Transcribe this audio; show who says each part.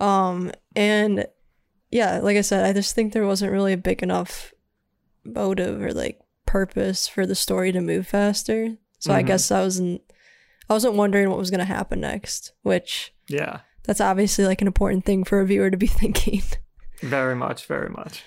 Speaker 1: Um, and yeah, like I said, I just think there wasn't really a big enough motive or like purpose for the story to move faster. So I
Speaker 2: Mhm.
Speaker 1: guess I wasn't I wasn't wondering what was gonna happen next, which
Speaker 2: Yeah.
Speaker 1: that's obviously like an important thing for a viewer to be thinking.
Speaker 2: Very much, very much.